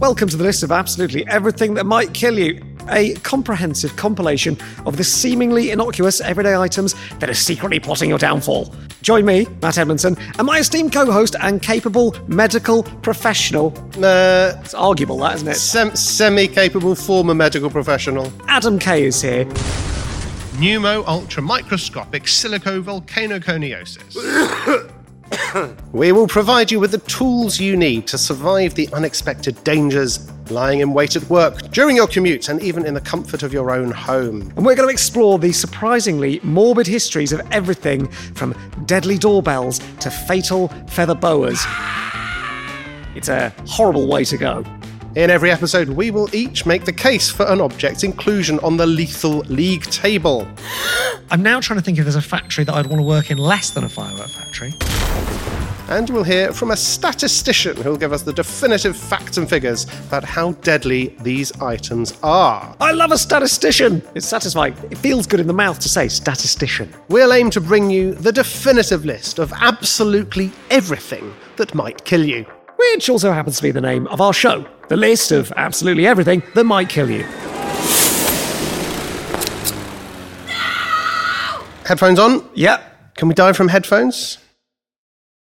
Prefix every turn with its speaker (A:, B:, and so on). A: Welcome to the list of absolutely everything that might kill you. A comprehensive compilation of the seemingly innocuous everyday items that are secretly plotting your downfall. Join me, Matt Edmondson, and my esteemed co host and capable medical professional.
B: Uh,
A: It's arguable, that, isn't it?
B: sem- semi-capable former medical professional.
A: Adam Kay is here.
C: Pneumo ultramicroscopic silicovolcanoconiosis.
B: We will provide you with the tools you need to survive the unexpected dangers lying in wait at work, during your commute, and even in the comfort of your own home.
A: And we're going to explore the surprisingly morbid histories of everything from deadly doorbells to fatal feather boas. It's a horrible way to go.
B: In every episode, we will each make the case for an object's inclusion on the lethal league table.
D: I'm now trying to think if there's a factory that I'd want to work in less than a firework factory.
B: And we'll hear from a statistician who'll give us the definitive facts and figures about how deadly these items are.
A: I love a statistician. It's satisfying. It feels good in the mouth to say statistician.
B: We'll aim to bring you the definitive list of absolutely everything that might kill you.
A: Which also happens to be the name of our show the list of absolutely everything that might kill you.
B: Headphones on?
A: Yep.
B: Can we die from headphones?